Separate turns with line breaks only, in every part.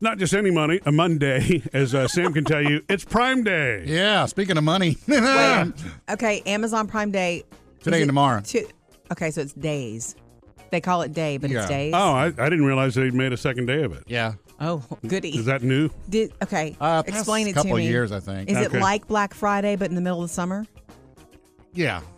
not just any money, a Monday, as uh, Sam can tell you. It's Prime Day.
Yeah, speaking of money.
Wait, okay, Amazon Prime Day.
Today
Is
and
it
tomorrow.
two- okay, so it's days. They call it day, but
Yeah.
it's days.
Oh, I, I didn't realize they made a second day of it.
yeah.
Oh, goody.
Is that new?
Did, okay,
Uh, past
explain it to me.
couple years, I think.
Is
Okay.
it like Black Friday, but in the middle of the summer?
Yeah.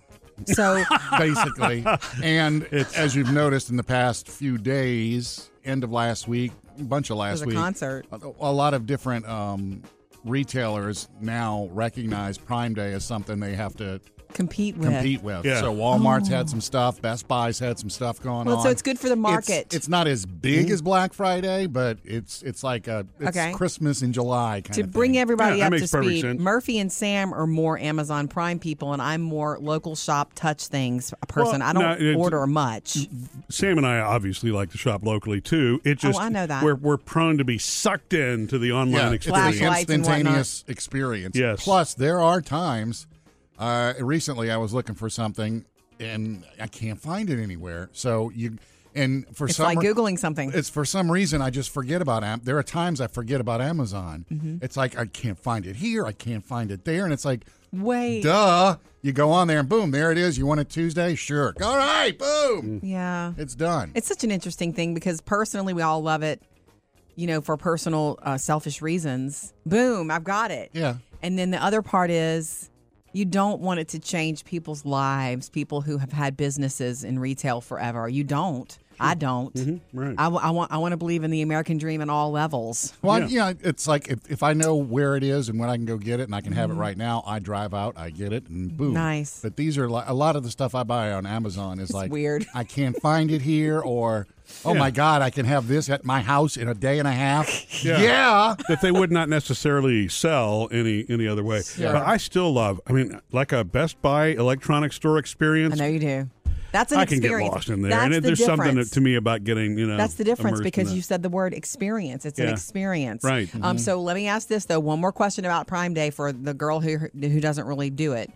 So,
basically. and as you've noticed in the past few days, end of last week, a bunch of last
There's a
week,
concert.
a, a lot of different um, retailers now recognize Prime Day as something they have to
compete with.
compete with.
Yeah.
So Walmart's had some stuff, Best Buy's had some stuff going
Oh. Well,
on.
so it's good for the market.
It's, it's not as big as Black Friday, but it's it's like a it's
Okay.
Christmas in July kind
To
of
bring
thing.
everybody
Yeah, that
up to
makes perfect
speed,
sense.
Murphy and Sam are more Amazon Prime people, and I'm more local shop touch things person.
Well,
I
no,
don't
it's-
order much.
Sam and I obviously like to shop locally too. It just
Oh, I know that.
we're we're prone to be sucked into the online
yeah, it's
experience.
the
Flashlights and whatnot.
instantaneous experience.
Yes.
Plus, there are times. Uh, recently, I was looking for something and I can't find it anywhere. So you and for
It's
some
like
re-
Googling something.
It's for some reason I just forget about Am. There are times I forget about Amazon.
Mm-hmm.
It's like I can't find it here. I can't find it there, and it's like.
Wait.
Duh. You go on there and boom, there it is. You want it Tuesday? Sure. All right, boom.
Yeah.
It's done.
Mm. It's such an interesting thing because personally, we all love it, you know, for personal, uh, selfish reasons. Boom, I've got it.
yeah.
And then the other part is you don't want it to change people's lives, people who have had businesses in retail forever. You don't. I don't.
Mm-hmm. right.
I, w- I want. I want to believe in the American dream on all levels.
Well,
Yeah.
yeah, it's like if, if I know where it is and when I can go get it and I can have it right now, I drive out, I get it, and boom.
Mm-hmm. Nice.
But these are like, a lot of the stuff I buy on Amazon is like
weird.
I can't find it here, or oh my god, I can have this at my house in a day and a half.
Yeah.
yeah.
that they would not necessarily sell any any other way. But I still love. I mean, like a Best Buy electronic store experience.
I know you do. That's an
I can
experience.
get lost in there,
That's
and it-
the
there's
difference.
something that, to me about getting you know.
That's the difference
immersed in
because
that.
you said the word experience. It's an
Yeah.
experience,
Right. Mm-hmm.
Um. So let me ask this though. One more question about Prime Day for the girl who who doesn't really do it.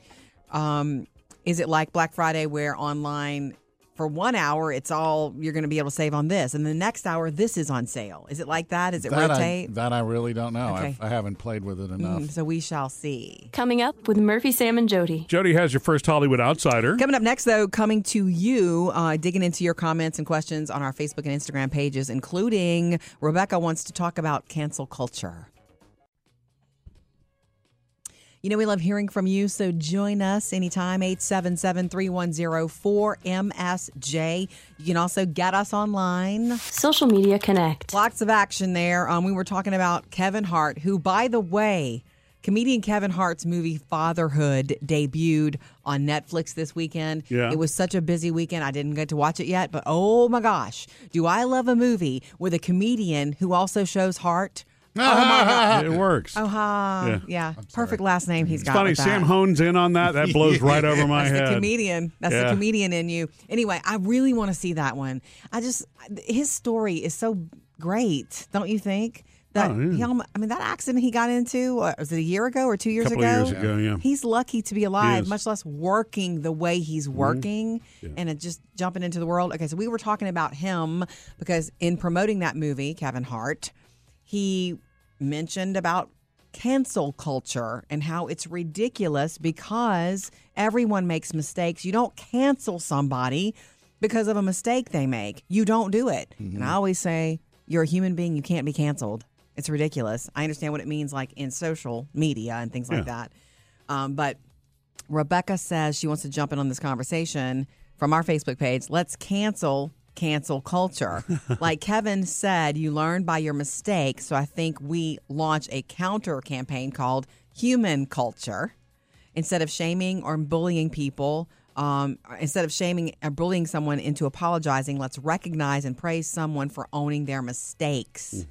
Um, is it like Black Friday where online for one hour it's all you're going to be able to save on this, and the next hour this is on sale? Is it like that? Is it
That I,
rotate?
that I really don't know.
Okay.
I've, I haven't played with it enough.
Mm, so we shall see.
Coming up with Murphy, Sam, and Jody.
Jody has your first Hollywood outsider.
Coming up next, though, coming to you, uh, digging into your comments and questions on our Facebook and Instagram pages, including Rebecca wants to talk about cancel culture. You know, we love hearing from you, so join us anytime, 877 310 4MSJ. You can also get us online.
Social Media Connect.
Lots of action there. Um, we were talking about Kevin Hart, who, by the way, comedian Kevin Hart's movie Fatherhood debuted on Netflix this weekend.
Yeah.
It was such a busy weekend. I didn't get to watch it yet, but oh my gosh, do I love a movie with a comedian who also shows heart? Oh my God.
It works.
Oh, ha.
Ah. Yeah.
Yeah. Perfect last name he's got.
Funny,
with that.
Sam hones in on that. That blows right over my
That's
head.
the comedian. That's
Yeah.
the comedian in you. Anyway, I really want to see that one. I just his story is so great, don't you think? That
Oh, yeah.
he almo- I mean, that accident he got into uh, was it a year ago or two years
Couple
ago?
of years ago, yeah.
He's lucky to be alive,
is. Mm-hmm.
much less working the way he's working and it just jumping into the world. Okay, so we were talking about him because in promoting that movie, Kevin Hart, he mentioned about cancel culture and how it's ridiculous because everyone makes mistakes. You don't cancel somebody because of a mistake they make. You don't do it. And
Mm-hmm.
I always say, you're a human being, you can't be canceled. It's ridiculous. I understand what it means like in social media and things like that. Um, but Rebecca says she wants to jump in on this conversation from our Facebook page. Let's cancel cancel culture. like Kevin said, you learn by your mistake. So I think we launch a counter campaign called Human Culture. Instead of shaming or bullying people, um, instead of shaming or bullying someone into apologizing, let's recognize and praise someone for owning their mistakes,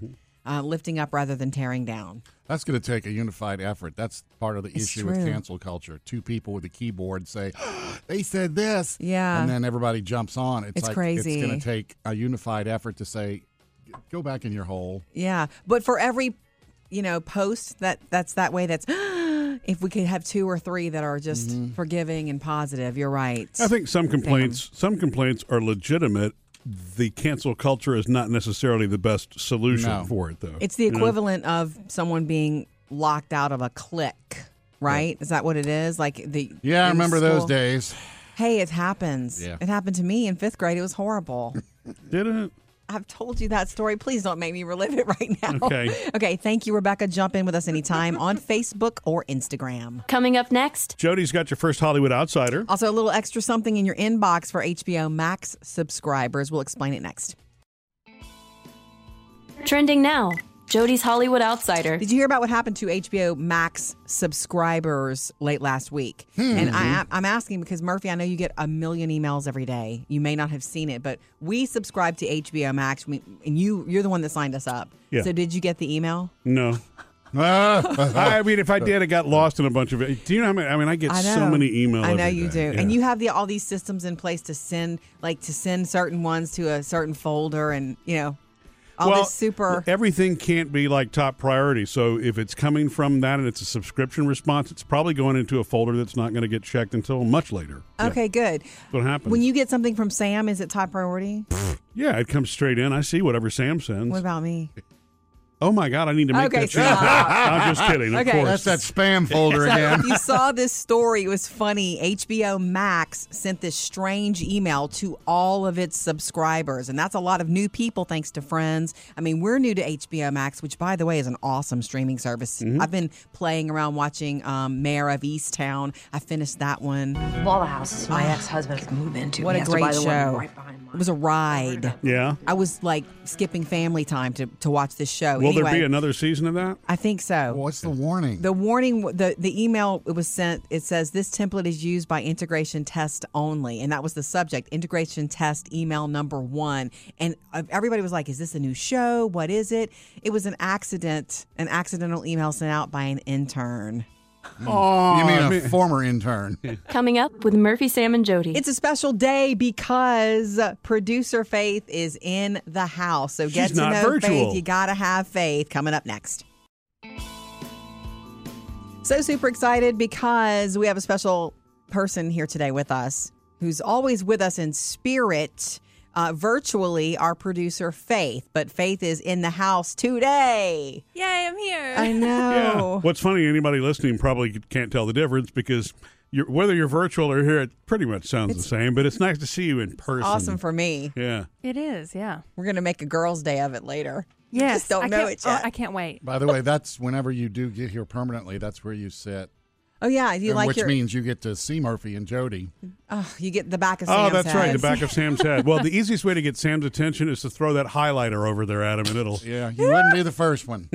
uh, lifting up rather than tearing down.
That's going to take a unified effort. That's part of the issue with
true.
cancel culture. Two people with a keyboard say, "They said this,"
Yeah.
and then everybody jumps on. It's,
It's
like
crazy.
It's going to take a unified effort to say, "Go back in your hole."
Yeah, but for every you know post that that's that way. That's if we could have two or three that are just forgiving and positive. You're right.
I think some complaints some complaints are legitimate the cancel culture is not necessarily the best solution
No.
for it, though.
It's the equivalent of someone being locked out of a clique, right? Is that what it is? Like the
Yeah, I
in
remember those
school-
days.
Hey, it happens.
Yeah.
It happened to me in fifth grade. It was horrible.
Did it?
I've told you that story. Please don't make me relive it right now.
Okay.
Okay. Thank you, Rebecca. Jump in with us anytime on Facebook or Instagram.
Coming up next,
Jody's got your first Hollywood outsider.
Also, a little extra something in your inbox for HBO Max subscribers. We'll explain it next.
trending now, Jody's Hollywood Outsider.
Did you hear about what happened to HBO Max subscribers late last week?
Hmm.
And I, I'm asking because Murphy, I know you get a million emails every day. You may not have seen it, but we subscribe to HBO Max, we, and you you're the one that signed us up.
Yeah.
So did you get the email?
No.
Ah,
I mean, if I did, I got lost in a bunch of it. Do you know how many? I mean, I get
I know.
so many emails.
I know you do, and you have the all these systems in place to send like to send certain ones to a certain folder, and you know all
well, e-,
this super.
Everything can't be like top priority. So if it's coming from that and it's a subscription response, it's probably going into a folder that's not going to get checked until much later.
Okay, good.
That's what happens.
When you get something from Sam, is it top priority?
yeah, it comes straight in. I see whatever Sam sends.
What about me?
oh my God, I need to make
Okay,
that change.
stop.
I'm just kidding. Of
Okay.
course.
that's that spam folder again.
If you saw this story, it was funny. HBO Max sent this strange email to all of its subscribers, and that's a lot of new people thanks to friends. I mean, we're new to HBO Max, which, by the way, is an awesome streaming service.
Mm-hmm.
I've been playing around watching um, Mayor of Easttown. I finished that one.
Walla House is my ex-husband could move into.
What
He
a
has to buy
great
the one
show!
right behind mine.
it was a ride.
yeah.
I was like skipping family time to, to watch this show.
Will
anyway,
there be another season of that?
I think so.
What's the warning?
The warning, the the email it was sent. It says this template is used by integration test only, and that was the subject. Integration test email number one, and uh, everybody was like, "Is this a new show? What is it?" It was an accident, an accidental email sent out by an intern.
Oh,
Hmm. you mean a former intern?
Coming up with Murphy, Sam, and Jody.
It's a special day because producer Faith is in the house. So get
She's
to
not
know Faith.
virtual.
You gotta have faith. Coming up next. So super excited because we have a special person here today with us who's always with us in spirit. Uh, virtually, our producer Faith, but Faith is in the house today.
Yay, I'm here.
I know.
What's funny, anybody listening probably can't tell the difference because you're, whether you're virtual or here, it pretty much sounds the same, but it's nice to see you in person.
Awesome for me.
Yeah.
it is, yeah.
We're gonna make a girls' day of it later.
Yes.
just don't
I
know
can't-
it yet.
oh, I can't wait.
By the way, that's whenever you do get here permanently. That's where you sit,
Oh yeah, you
And
like
which
your
means you get to see Murphy and Jody.
oh, you get the back of
Oh,
Sam's
that's right.
head.
The back of Sam's head. Well, the easiest way to get Sam's attention is to throw that highlighter over there at him, and it'll.
Yeah, you wouldn't be the first one.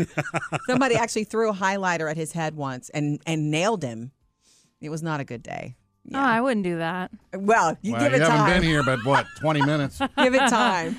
Somebody actually threw a highlighter at his head once and and nailed him. It was not a good day.
No, Oh, I wouldn't do that.
Well, you
well,
give
you
it
haven't
time.
been here but what twenty minutes?
give it time.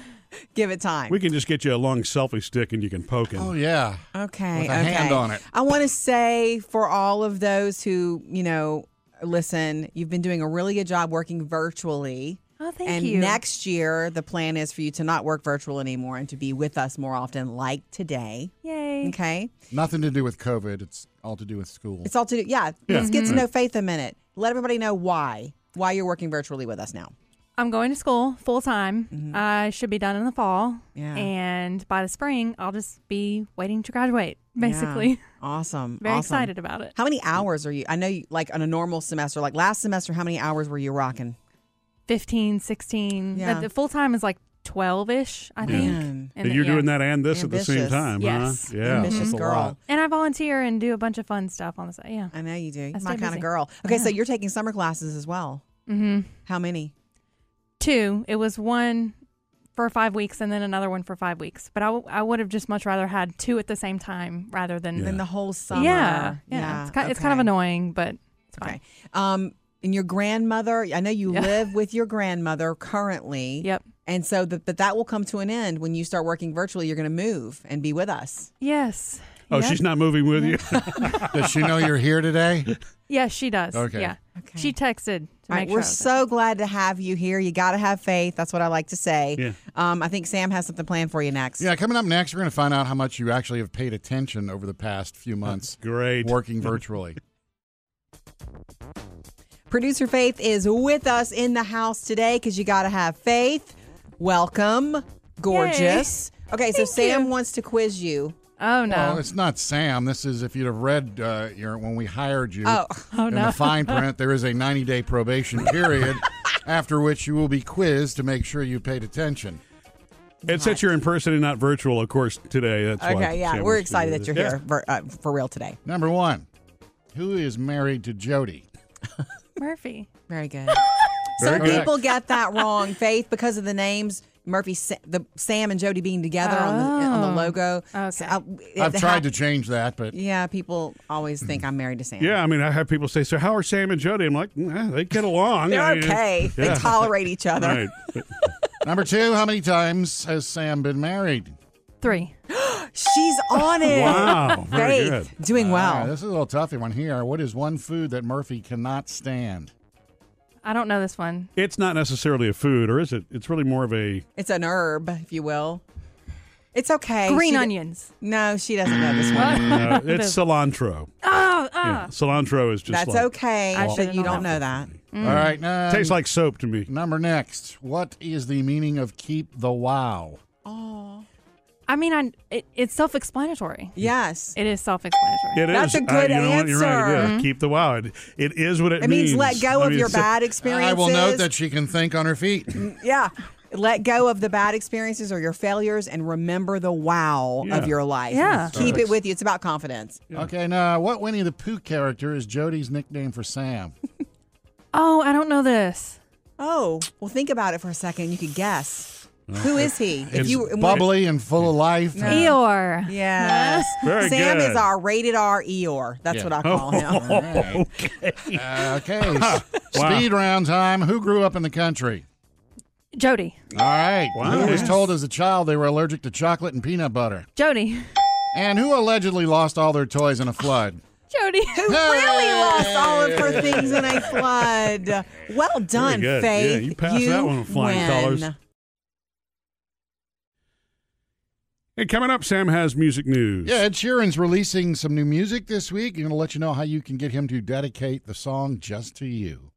Give it time.
We can just get you a long selfie stick, and you can poke him.
Oh yeah,
okay.
with a
okay.
hand on it.
I want to say for all of those who you know listen, you've been doing a really good job working virtually.
Oh, thank
and
you.
next year, the plan is for you to not work virtual anymore and to be with us more often, like today.
Yay.
Okay.
nothing to do with COVID. It's all to do with school.
It's all to do. Yeah, let's get to know Faith a minute. Let everybody know why why you're working virtually with us now.
I'm going to school full time. I should be done in the fall.
Mm-hmm. Yeah.
And by the spring, I'll just be waiting to graduate, basically.
Yeah. Awesome.
Very
awesome.
excited about it.
How many hours are you? I know, you, like on a normal semester, like last semester, how many hours were you rocking?
15, 16.
Yeah.
Uh, The full time is like 12 ish, I think.
Man.
And
you're
yeah.
doing that and this at the same
Ambitious.
time,
Yes.
huh? Yeah. Mm-hmm.
Ambitious
that's a
girl.
lot.
And I volunteer and do a bunch of fun stuff on the side. Yeah.
I know you do. You're my
I stay
kind of
busy.
girl. Okay, so you're taking summer classes as well.
Mm-hmm.
How many?
Two. It was one for five weeks and then another one for five weeks. But I, w- I would have just much rather had two at the same time rather than
Yeah.
Then the whole summer.
Yeah, yeah. It's, kind, it's kind of
okay.
annoying, but it's fine.
Okay. Um, and your grandmother, I know you
Yeah.
live with your grandmother currently.
Yep.
And so, that but that will come to an end when you start working virtually. You're going to move and be with us.
Yes.
Oh,
Yep.
she's not moving with you.
Does she know you're here today?
Yes, she does.
Okay.
Yeah.
Okay.
She texted to
All
make
right,
sure.
we're
I was
so glad to have you here. You got to have faith. That's what I like to say.
Yeah.
Um, I think Sam has something planned for you next.
Yeah, coming up next, we're going to find out how much you actually have paid attention over the past few months
Great.
working virtually.
Producer Faith is with us in the house today because you got to have faith. Welcome, gorgeous. Okay, so
Thank
Sam
you.
wants to quiz you.
Oh no.
Well, it's not Sam. This is if you'd have read uh, your when we hired you.
Oh.
Oh,
in
no.
the fine print, there is a 90-day probation period, after which you will be quizzed to make sure you paid attention.
It's since you're in person and not virtual, of course, today. That's why
okay, yeah,
Sam
we're
wants to do
excited that
this.
you're
Yeah.
here for, uh, for real today.
Number one, who is married to Jody?
Murphy.
Very good.
Very
Some
good.
people get that wrong, Faith, because of the names Murphy, Sa- the Sam and Jody being together on the on the logo.
Oh. Okay.
I- it
I've tried
hap-
to change that, but
Yeah, people always think I'm married to Sam.
Yeah, I mean, I have people say, "So how are Sam and Jody?" I'm like, "Nah, "They get along. I
They're
mean,
okay. They
yeah.
tolerate each other.
Right.
number two, how many times has Sam been married?
Three.
She's on it.
Wow, very
Faith
good.
doing well.
Ah, this is a little toughy one here. What is one food that Murphy cannot stand?
I don't know this one.
It's not necessarily a food, or is it? It's really more of a.
It's an herb, if you will. It's okay.
Green
She-
onions.
No, she doesn't know this one.
Uh, it's cilantro.
Oh, oh.
Yeah, cilantro is just
That's
like,
okay.
I
but
should've
you don't know
known.
that.
All right, now
Tastes like soap to me.
number next. What is the meaning of keep the wow?
I mean, I, it, it's self-explanatory.
Yes.
It is self-explanatory.
It is.
That's a good
you know what? You're right. It is.
answer.
Keep the wow. It, it is what it,
It means let go
I
of
mean,
your
so-
bad experiences. Mm.
I will note that she can think on her feet.
Yeah. Let go of the bad experiences or your failures and remember the wow
Yeah.
of your life.
Yeah.
Keep it with you. It's about confidence.
Okay, now what Winnie the Pooh character is Jody's nickname for Sam?
Oh, I don't know this.
Oh, well, think about it for a second. You could guess. Who is he?
It's
and what-
Bubbly and full of life. and-
Eeyore.
Yes.
Very
Sam
good.
is our rated R Eeyore. That's
Yeah.
what I
Oh,
call him.
Uh, okay. s- Speed round time. Who grew up in the country?
Jody.
All right.
Wow.
Who was
Yes.
told as a child they were allergic to chocolate and peanut butter?
Jody.
And who allegedly lost all their toys in a flood?
Jody.
Who really lost all of her things in a flood. Well done,
good.
Faith.
Yeah, you passed that one with flying
win.
colours. Hey, coming up, Sam has music news.
Yeah, Ed Sheeran's releasing some new music this week. Going to let you know how you can get him to dedicate the song just to you.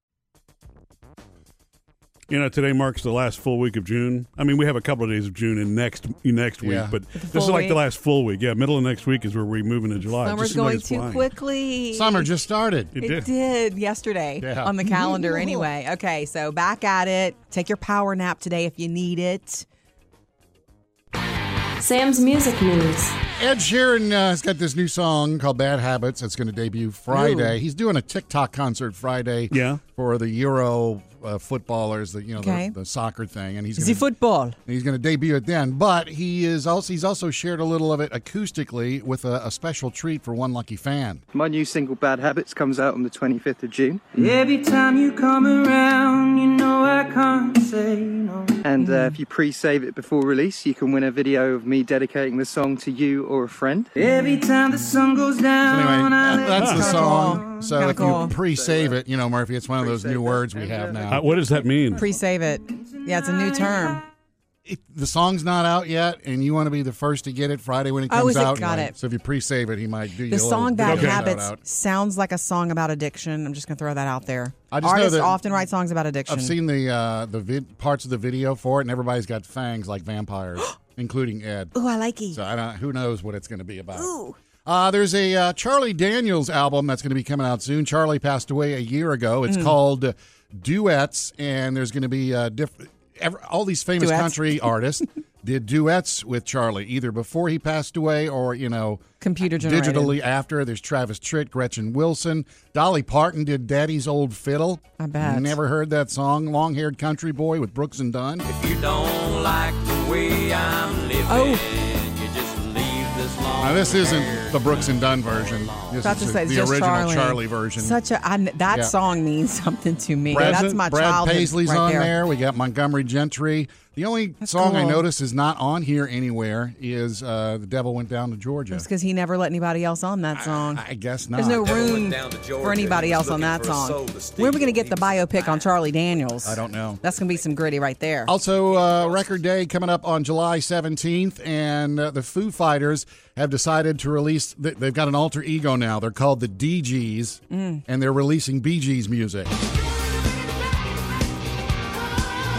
You know, today marks the last full week of June. I mean, we have a couple of days of June and next next week,
Yeah.
but
full
this is like the
week.
last full week. Yeah, middle of next week is where we move into July. It
Summer's
just seems like
going
it's
too
flying.
quickly.
Summer just started.
It,
It
did.
did, yesterday
Yeah.
on the calendar anyway. Okay, so back at it. Take your power nap today if you need it.
Sam's music news.
Ed Sheeran uh, has got this new song called Bad Habits. It's going to debut Friday. He's doing a TikTok concert Friday
Yeah.
for the Euro uh, footballers, the, you know,
Okay.
the, the soccer thing. And he's
Is he
gonna,
football?
And He's going to debut it then, but he is also he's also shared a little of it acoustically with a, a special treat for one lucky fan.
My new single Bad Habits comes out on the 25th of June.
Every time you come around, you know I can't say no.
And uh, if you pre save it before release, you can win a video of me dedicating the song to you or a friend.
Every time the sun goes
So
down,
anyway,
I
that-
let
that's the
Kinda
song.
cool.
So
Kinda
if
cool.
you pre-save it, you know Murphy, it's one of those new
Pre-save it.
words we have
Uh,
now.
what does that mean?
Pre save it. Yeah, it's a new term.
It- the song's not out yet, and you want to be the first to get it Friday when it
Oh,
comes
is it?
out.
Got
Anyway,
it.
So if you pre-save it, he might do you a
The
little
song Bad
video shout
Habits
out.
sounds like a song about addiction. I'm just going to throw that out there.
I just know
Artists
that-
often write songs about addiction.
I've seen the uh, the vid- parts of the video for it, and everybody's got fangs like vampires, including Ed.
Ooh, I like it.
So I don't. Who knows what it's going to be about? Uh, there's a uh, Charlie Daniels album that's going to be coming out soon. Charlie passed away a year ago.
Mm.
It's called uh, Duets, and there's going to be uh, different. Every, all these famous
Duets.
country artists did duets with Charlie, either before he passed away or you know, uh,
Computer generated.
digitally after. There's Travis Tritt, Gretchen Wilson, Dolly Parton did "Daddy's Old Fiddle."
I bet.
Never heard that song. Long-haired country boy with Brooks and Dunn.
you don't like the way I'm living.
Oh,
You just leave this long.
Now, this isn't the Brooks and Dunn version. This
About
is
to
the,
say, it's
the
just
original Charlie.
Charlie.
version.
Such a I, that
Yeah.
song means something to me.
Brad,
That's my
Brad
childhood
Paisley's
right
on
there.
there. We got Montgomery Gentry. The only song I
cool.
noticed is not on here anywhere is uh, "The Devil Went Down to Georgia."
It's because he never let anybody else on that song.
I guess not.
There's no room
down to Georgia.
for anybody
He was
else on
looking
that
for a
song.
soul to steal.
When are we going to get
He
the biopic on Charlie Daniels?
I don't know.
That's going to be some gritty right there.
Also, uh, Record Day coming up on July 17th, and uh, the Foo Fighters have decided to release. th- They've got an alter ego now. They're called the DGs,
Mm.
and they're releasing BGs music.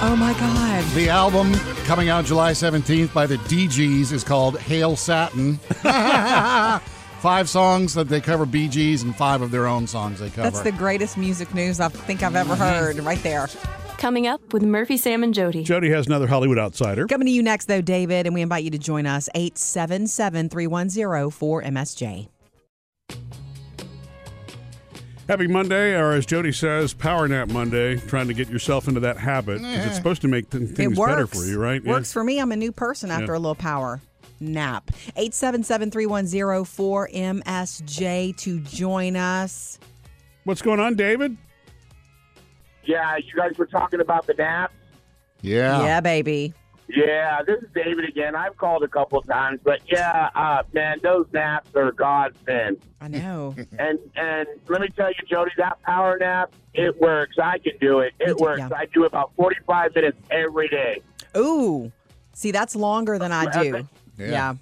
Oh my God.
The album coming out July 17th by the DGs is called Hail Satin. five songs that they cover BGs and five of their own songs they cover.
That's the greatest music news I think I've ever heard right there.
Coming up with Murphy, Sam, and Jody.
Jody has another Hollywood outsider.
Coming to you next, though, David, and we invite you to join us 877 310 4MSJ.
Happy Monday, or as Jody says, Power Nap Monday. Trying to get yourself into that habit 'cause it's supposed to make th-
It
things
works.
better for you, right? Yeah.
Works for me. I'm a new person after
Yeah.
a little power nap. 877 310 4MSJ to join us.
What's going on, David?
Yeah, you guys were talking about the naps.
yeah.
Yeah, baby.
Yeah, this is David again. I've called a couple times, but yeah, uh, man, those naps are a godsend.
I know.
And and let me tell you, Jody, that power nap, it works. I can do it.
You
It
do-
works.
yeah.
I do about forty five minutes every day.
Ooh. See, that's longer than I do.
Yeah.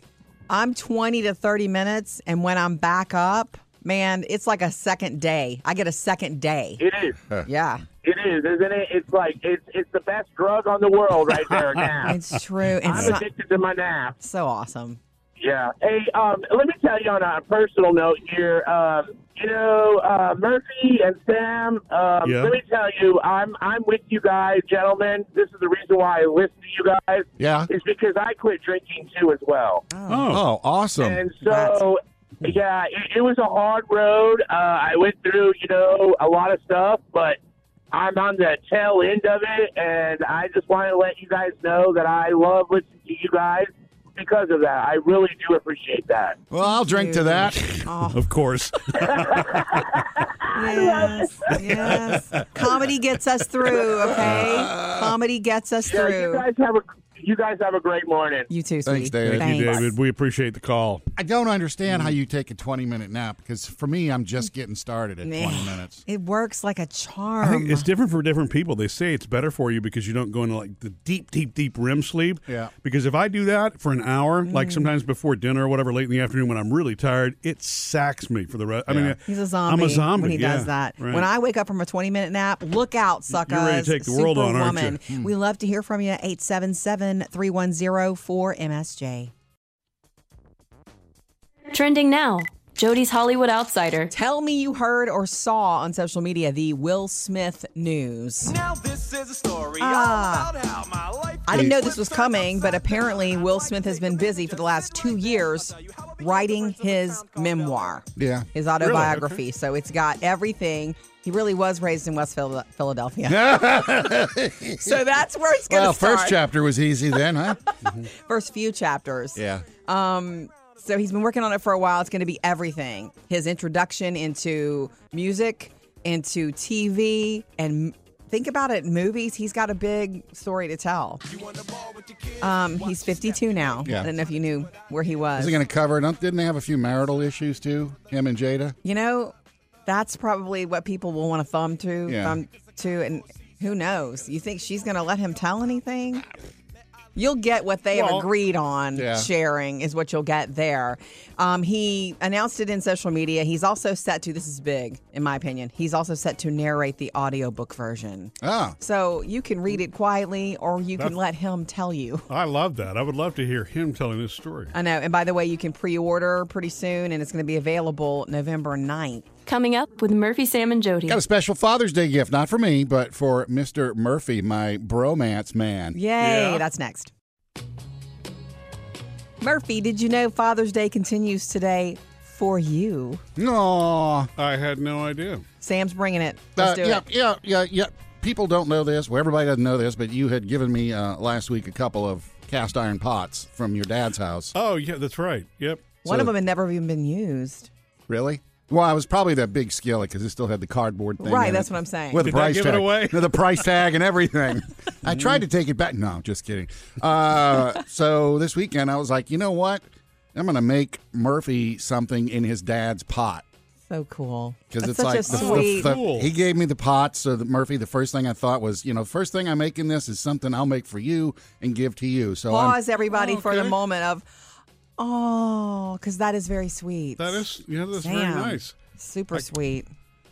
I'm 20 to 30 minutes, and when I'm back up, man, it's like a second day. I get a second day.
It is.
Yeah.
It is, isn't it? It's like it's it's the best drug on the world right there, a nap.
It's true. And
I'm
so,
addicted to my nap.
so awesome.
Yeah. Hey, um, let me tell you on a personal note here. Um, you know, uh, Murphy and Sam. Um,
Yeah.
Let me tell you, I'm I'm with you guys, gentlemen. This is the reason why I listen to you guys.
Yeah.
Is because I quit drinking too as well.
Oh,
Oh, awesome.
Um,
And so, yeah, it, it was a hard road. Uh, I went through, you know, a lot of stuff, but I'm on the tail end of it, and I just want to let you guys know that I love listening to you guys because of that. I really do appreciate that.
well, I'll drink to that.
Oh.
of course.
Yes. Yes. Comedy gets us through, okay? Comedy gets us
Yeah, you
through.
guys have a you guys have a great morning.
You too, sweetie.
Thanks, David.
Thank you, David. We appreciate the call.
Um,
I don't understand how you take a 20 minute nap because for me, I'm just getting started at 20 minutes.
It works like a
I
charm.
think it's different for different people. They say it's better for you because you don't go into like the deep, deep, deep REM sleep.
Yeah.
Because if I do that for an hour,
Mm.
like sometimes before dinner or whatever, late in the afternoon when I'm really tired, it sacks me for the rest. I mean, uh,
He's a zombie.
I'm a zombie
when he
yeah,
does that.
right.
When I wake up from a 20 minute nap, look out, suckers.
You're ready to take the world on, aren't you? Hmm.
Superwoman. We love to hear from you. 877 310 4MSJ.
Trending now. Jody's Hollywood Outsider.
Tell me you heard or saw on social media the Will Smith news.
Now this is a story
Ah.
all about how my life.
I didn't know this was coming, but apparently Will Smith has been busy for the last two years writing his memoir,
Yeah.
his autobiography. So it's got everything. He really was raised in West Phil- Philadelphia. so that's where it's going to
well,
start.
first chapter was easy then, huh?
first few chapters.
yeah.
So he's been working on it for a while. It's going to be everything his introduction into music, into TV, and think about it movies. He's got a big story to tell. Um, he's 52 now.
Yeah.
I don't know if you knew where he was.
Is it going to cover it? up? Didn't they have a few marital issues too? Him and Jada?
you know, that's probably what people will want to thumb to.
Yeah.
Thumb to, and who knows? You think she's going to let him tell anything? You'll get what they have agreed on
yeah.
sharing is what you'll get there. Um, he announced it in social media. He's also set to this is big in my opinion. He's also set to narrate the audiobook version.
Ah.
So you can read it quietly or you can let him tell you.
I love that. I would love to hear him telling his story.
I know. And by the way, you can pre-order pretty soon and it's going to be available November 9th.
Coming up with Murphy, Sam, and Jody.
Got a special Father's Day gift, not for me, but for Mr. Murphy, my bromance man.
Yay, that's next. Murphy, did you know Father's Day continues today for you?
Aw.
I had no idea.
Sam's bringing it.
Uh,
Let's do
yeah,
it.
yeah, yeah, yeah. People don't know this. Well, everybody doesn't know this, but you had given me uh, last week a couple of cast iron pots from your dad's house.
Oh, yeah, that's right. Yep.
One of them had never even been used.
Really? Well, I was probably that big skillet because it still had the cardboard thing.
Right,
in
that's
it.
what I'm saying.
With
Did
the
I
price
give it
tag,
away?
With the price tag and everything. I tried to take it back. No, I'm just kidding. Uh, so this weekend, I was like, you know what? I'm going to make Murphy something in his dad's pot.
So cool.
Because it's
That's such
like
a
the, the-
sweet.
the-
Cool.
he gave me the pot, so that Murphy. The first thing I thought was, you know, first thing I make in this is something I'll make for you and give to you. So I'm-
Pause everybody
Oh,
for the
okay.
moment of, oh, because that is very sweet.
That is, yeah, that's very
Damn.
nice.
Super sweet.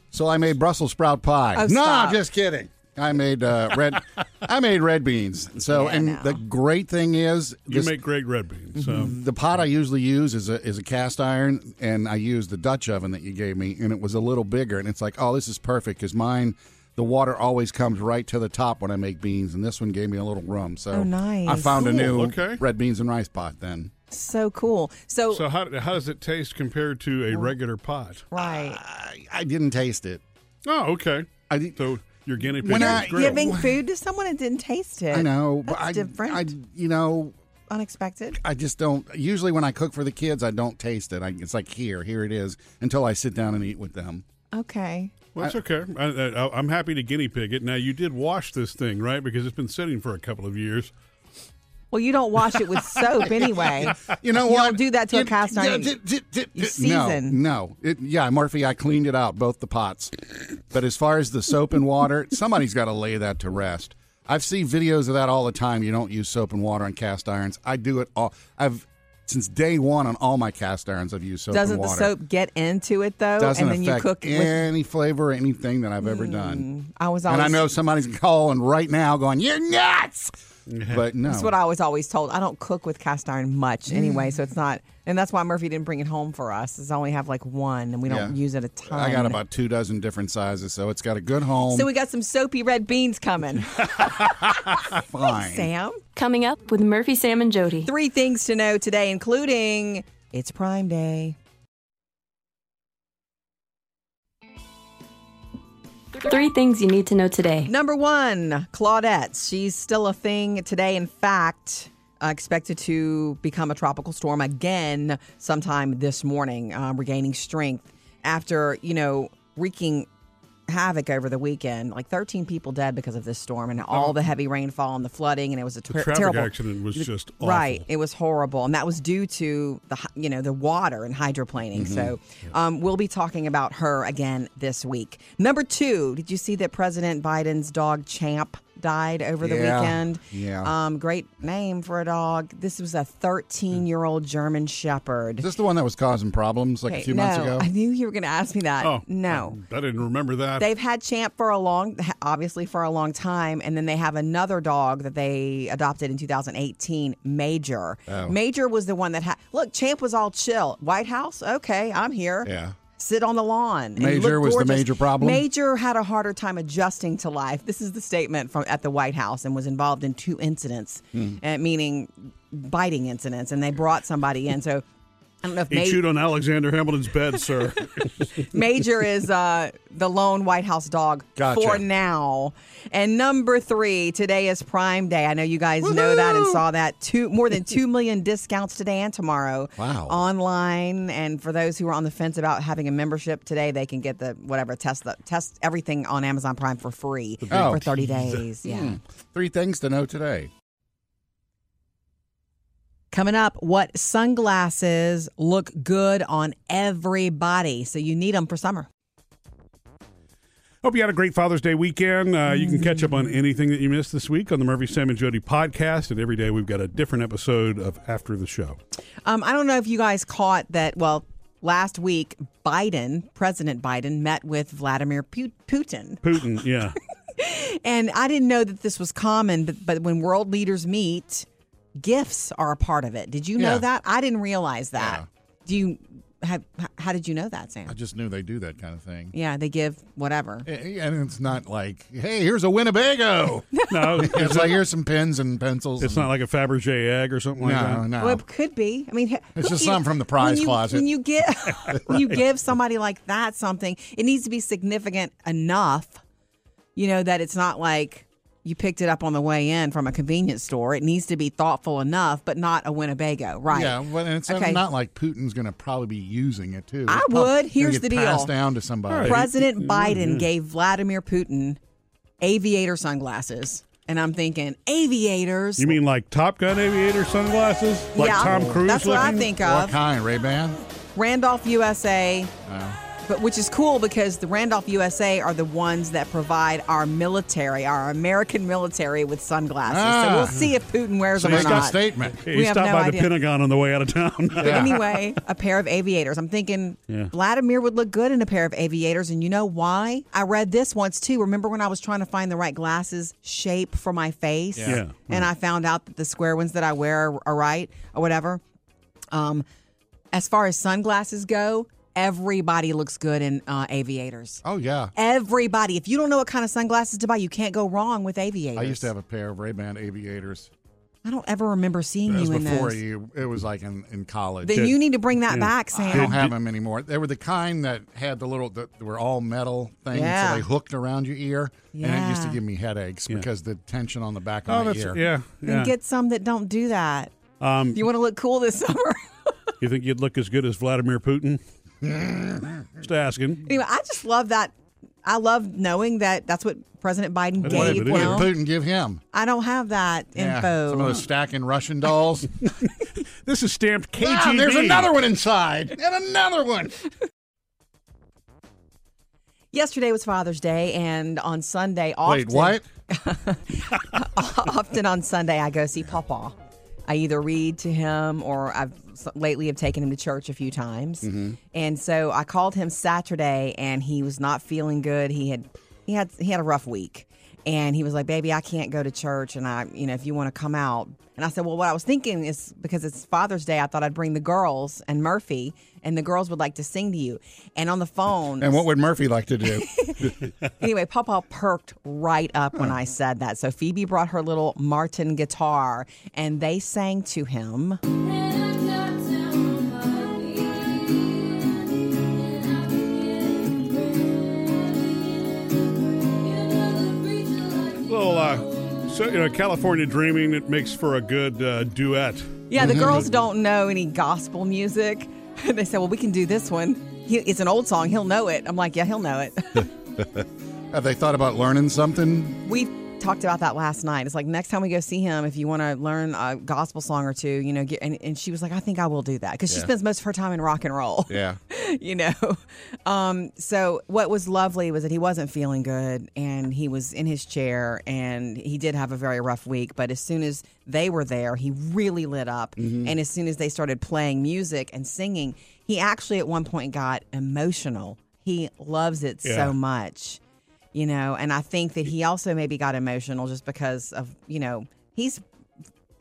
so I made Brussels sprout pie.
Oh,
no,
stop.
I'm just kidding. I made uh, red. I made red beans. So, and the great thing is,
You
this,
make great red beans. So
Mm-hmm.
the pot I usually use is a is a cast iron, and I used the Dutch oven that you gave me, and it was a little bigger. And it's like, oh, this is perfect because mine, the water always comes right to the top when I make beans, and this one gave me a little room. So
Oh, nice.
I found
Cool,
a new
okay.
red beans and rice pot. Then
So cool. So,
so how, how does it taste compared to a regular pot?
right.
I, I didn't taste it.
Oh, okay.
I did,
So your guinea pig
When
is
I-
grilled.
Giving food to someone and didn't taste it.
I know, but
That's
I,
different.
I, you know,
Unexpected.
I just don't. Usually, when I cook for the kids, I don't taste it. I, it's like here, here it is, until I sit down and eat with them.
Okay.
Well, that's okay. I, I, I'm happy to guinea pig it. Now you did wash this thing, right? Because it's been sitting for a couple of years.
Well, you don't wash it with soap anyway.
You know
You
what?
don't do that to a
You-
cast iron.
d- d- d-
You
d-
season.
No, no. It, yeah, Murphy, I cleaned it out, both the pots. But as far as the soap and water, somebody's got to lay that to rest. I've seen videos of that all the time. You don't use soap and water on cast irons. I do it all. I've since day one on all my cast irons. I've used soap
Doesn't
and
the
water.
soap get into it though?
Doesn't
and then you
affect
cook it with.
any flavor or anything that I've ever done.
I was always.
And I know somebody's calling right now, going, "You're nuts!" But no,
That's what I was always told. I don't cook with cast iron much
Mm.
anyway, so it's not. And that's why Murphy didn't bring it home for us. Is I only have like one, and we don't
Yeah.
use it a ton.
I got about two dozen different sizes, so it's got a good home.
So we got some soapy red beans coming.
fine.
Sam,
Coming up with Murphy, Sam, and Jody.
three things to know today, including it's Prime Day.
Three things you need to know today.
Number one, Claudette. She's still a thing today. In fact, uh, expected to become a tropical storm again sometime this morning, uh, regaining strength after, you know, wreaking havoc over the weekend. Like 13 people dead because of this storm and all the heavy rainfall and the flooding. And it was a ter-
Oh. The traffic
terrible
accident was just awful.
Right, it was horrible, and that was due to the hy- you know the water and hydroplaning.
Mm-hmm.
So um, we'll be talking about her again this week. Number two, did you see that President Biden's dog Champ died over the
Yeah,
weekend?
yeah.
Um, great name for a dog. This was a 13 year old German Shepherd.
Is this the one that was causing problems like
Okay,
a few
no,
months ago?
I knew you were going to ask me that.
Oh
no.
I, I didn't remember that.
They've had Champ for a long, obviously for a long time, and then they have another dog that they adopted in 2018, Major.
Oh.
Major was the one that had. Look, Champ was all chill. White House, okay, I'm here.
yeah.
Sit on the lawn. And he
Major
looked
was the
gorgeous.
major problem?
Major had a harder time adjusting to life. This is the statement from at the White House, and was involved in two incidents,
Hmm.
uh, meaning biting incidents, and they brought somebody in. So. I don't know if
he
Major.
chewed on Alexander Hamilton's bed, sir.
Major is uh, the lone White House dog
Gotcha.
for now. And number three, today is Prime Day. I know you guys know that and saw that. Two more than two million discounts today and tomorrow.
Wow.
Online and for those who are on the fence about having a membership today, they can get the whatever test the test everything on Amazon Prime for free
Oh,
for thirty days. Yeah.
Hmm. Three things to know today.
Coming up, what sunglasses look good on everybody, so you need them for summer.
Hope you had a great Father's Day weekend. Uh, you can catch up on anything that you missed this week on the Murphy, Sam, and Jody podcast. And every day we've got a different episode of After the Show.
Um, I don't know if you guys caught that. Well, last week, Biden, President Biden, met with Vladimir Pu- Putin.
Putin, yeah.
And I didn't know that this was common, but, but when world leaders meet, gifts are a part of it. Did you know
Yeah.
that? I didn't realize that. Do you have, h- how did you know that, Sam?
I just knew they do that kind of thing.
yeah, they give whatever.
Eh, And it's not like, hey, here's a Winnebago.
No,
it's like, here's some pens and pencils.
it's
and-
not like a Fabergé egg or something like
No,
that.
no.
Well, it could be. I mean, he-
Um, It's
who-
just
you-
something from the prize
when you-
closet.
When you give, when you give somebody like that something, it needs to be significant enough, you know, that it's not like you picked it up on the way in from a convenience store. It needs to be thoughtful enough, but not a Winnebago, right?
Yeah, well, and it's
Okay.
not like Putin's going to probably be using it too.
I
It's prob-
would.
gonna
Here's
get
the deal.
Passed down to somebody.
President Biden
Mm-hmm.
gave Vladimir Putin aviator sunglasses, and I'm thinking aviators.
You mean like Top Gun aviator sunglasses? Like
yeah,
Tom Cruise
That's what I
looking?
think
What
of.
kind, Ray Ban?
Randolph, USA. but which is cool because the Randolph USA are the ones that provide our military, our American military, with sunglasses. So we'll
Ah.
see if Putin wears them or
Somebody's got
not.
a statement.
He
We have
stopped
no
by
idea.
the Pentagon on the way out of town.
But anyway, a pair of aviators. I'm thinking
Yeah.
Vladimir would look good in a pair of aviators. And you know why? I read this once too. Remember when I was trying to find the right glasses shape for my face?
Yeah. Mm.
Yeah.
And I found out that the square ones that I wear are, are right or whatever. Um, as far as sunglasses go, everybody looks good in uh, aviators.
Oh yeah.
Everybody. If you don't know what kind of sunglasses to buy, you can't go wrong with aviators.
I used to have a pair of Ray-Ban aviators.
I don't ever remember seeing
That was
you in
before
those.
you. It was like in, in college.
then you need to bring that
Yeah.
back,
I
Sam.
don't have them anymore. They were the kind that had the little that were all metal things,
Yeah.
so they hooked around your ear, and it used to
Yeah.
give me headaches because the tension on the back
Oh,
of my
that's
ear.
yeah.
Then
yeah.
get some that don't do that.
um,
You want to look cool this summer?
you think you'd look as good as Vladimir Putin? Just asking.
anyway, I just love that. I love knowing that that's what President Biden
That's
What
Yeah,
gave
did,
you
what did
know.
Putin give him?
I don't have that
Yeah,
info.
Some of those stacking Russian dolls.
This is stamped KGB.
ah, there's another one inside, and another one.
Yesterday was Father's Day, and on Sunday, often,
Wait, what?
often on Sunday, I go see Papa. I either read to him or I've s- lately have taken him to church a few times, and so I called him Saturday, and he was not feeling good. He had he had he had a rough week, and he was like, "Baby, I can't go to church, and I, you know, if you want to come out." And I said, "Well, what I was thinking is because it's Father's Day, I thought I'd bring the girls and Murphy, and the girls would like to sing to you." And on the phone,
And what would Murphy like to do?
Anyway, Papa perked right up when I said that. So Phoebe brought her little Martin guitar and they sang to him.
Little, uh, so, you know, California Dreaming, it makes for a good uh, duet.
Yeah, the
Mm-hmm.
girls don't know any gospel music. they said, well, we can do this one. He, it's an old song. He'll know it. I'm like, yeah, he'll know it.
Have they thought about learning something?
we talked about that last night. It's like next time we go see him, if you want to learn a gospel song or two, you know, get, and, and she was like, I think I will do that because she
Yeah.
spends most of her time in rock and roll.
Yeah.
you know. Um, so what was lovely was that he wasn't feeling good and he was in his chair and he did have a very rough week, but as soon as they were there, he really lit up and as soon as they started playing music and singing, he actually at one point got emotional. He loves it
Yeah.
so much. You know, and I think that he also maybe got emotional just because of, you know, he's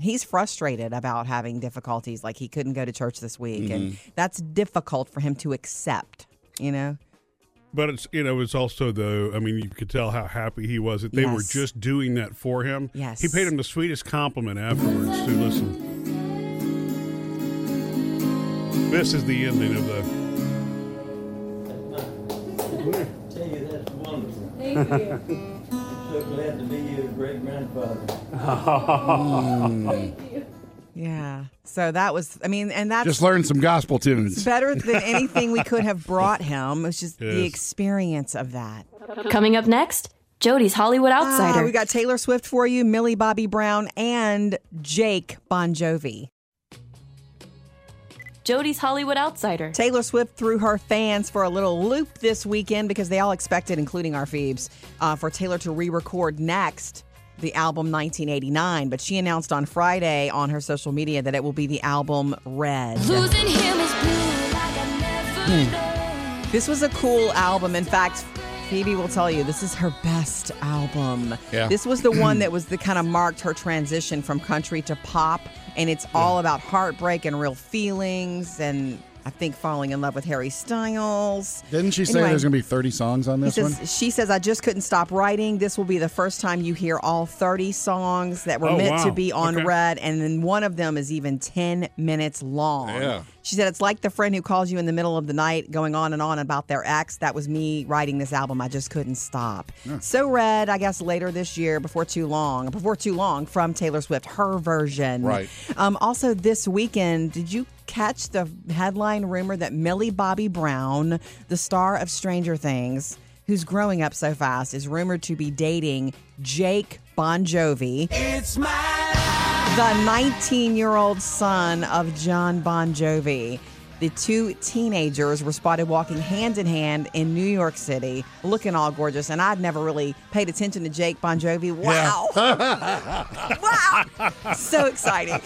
he's frustrated about having difficulties like he couldn't go to church this week and that's difficult for him to accept you know
But it's, you know, it's also, though, I mean, you could tell how happy he was that they were
Yes.
just doing that for him.
Yes.
He paid him the sweetest compliment afterwards, too. Listen. This is the ending of the.
Tell you that's wonderful. Thank you. so glad to be your great grandfather.
yeah so that was i mean and that's
Just learn some gospel tunes.
better than anything we could have brought him it's just the
Yes.
experience of that
Coming up next, Jody's Hollywood Outsider.
Ah, we got taylor swift for you millie bobby brown and jake bon jovi
Jody's Hollywood Outsider.
Taylor Swift threw her fans for a little loop this weekend because they all expected, including our Phoebes, uh, for Taylor to re record next the album 1989. But she announced on Friday on her social media that it will be the album Red.
Losing him is blue like I never known.
This was a cool album. In fact, Phoebe will tell you this is her best album.
Yeah.
This was the one that was the kind of marked her transition from country to pop, and it's all about heartbreak and real feelings, and I think falling in love with Harry Styles.
Didn't she say
Anyway.
there's going to be 30 songs on
He
this
says,
one?
she says, I just couldn't stop writing. This will be the first time you hear all 30 songs that were
Oh,
meant
wow.
to be on
Okay.
Red, and then one of them is even 10 minutes long.
Yeah.
She said, It's like the friend who calls you in the middle of the night going on and on about their ex. That was me writing this album. I just couldn't stop. So, Red, I guess later this year, before too long, before too long, from Taylor Swift, her version.
Right.
Um, also, this weekend, did you catch the headline rumor that Millie Bobby Brown, the star of Stranger Things, who's growing up so fast, is rumored to be dating Jake Bon Jovi,
It's my life.
the 19 year old son of John Bon Jovi? The two teenagers were spotted walking hand in hand in New York City, looking all gorgeous. And I'd never really paid attention to Jake Bon Jovi. Wow. wow. So exciting.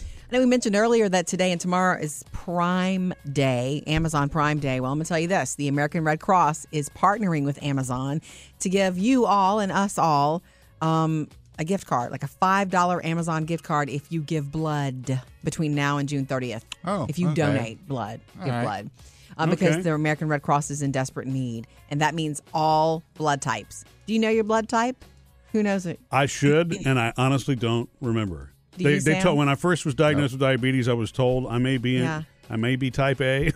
I know we mentioned earlier that today and tomorrow is Prime Day, Amazon Prime Day. Well, I'm going to tell you this the American Red Cross is partnering with Amazon to give you all and us all um, a gift card, like a $5 Amazon gift card if you give blood between now and June 30th.
Oh,
if you
okay.
donate blood,
All
give
right.
blood. Um, Because
Okay.
the American Red Cross is in desperate need, and that means all blood types. Do you know your blood type? Who knows it?
I should, and I honestly don't remember.
Do
they
you,
they
Sam?
told when I first was diagnosed with diabetes, I was told I may be in,
Yeah.
I may be type A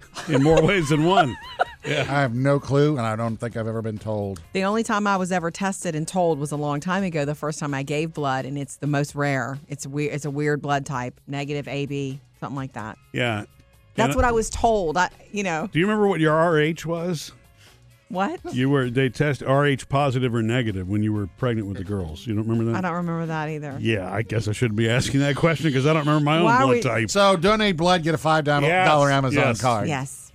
in more ways than one.
I have no clue, and I don't think I've ever been told.
The only time I was ever tested and told was a long time ago. The first time I gave blood, and it's the most rare. It's weird. It's a weird blood type, negative AB, something like that.
Yeah.
That's what I was told. I, you know,
Do you remember what your RH was?
what?
You were they test RH positive or negative when you were pregnant with the girls. You don't remember that?
I don't remember that either.
Yeah, I guess I shouldn't be asking that question because I don't remember my own
Why are
blood
we-
type.
So donate blood, get a five dollar
Yes,
Amazon
yes.
card.
Yes.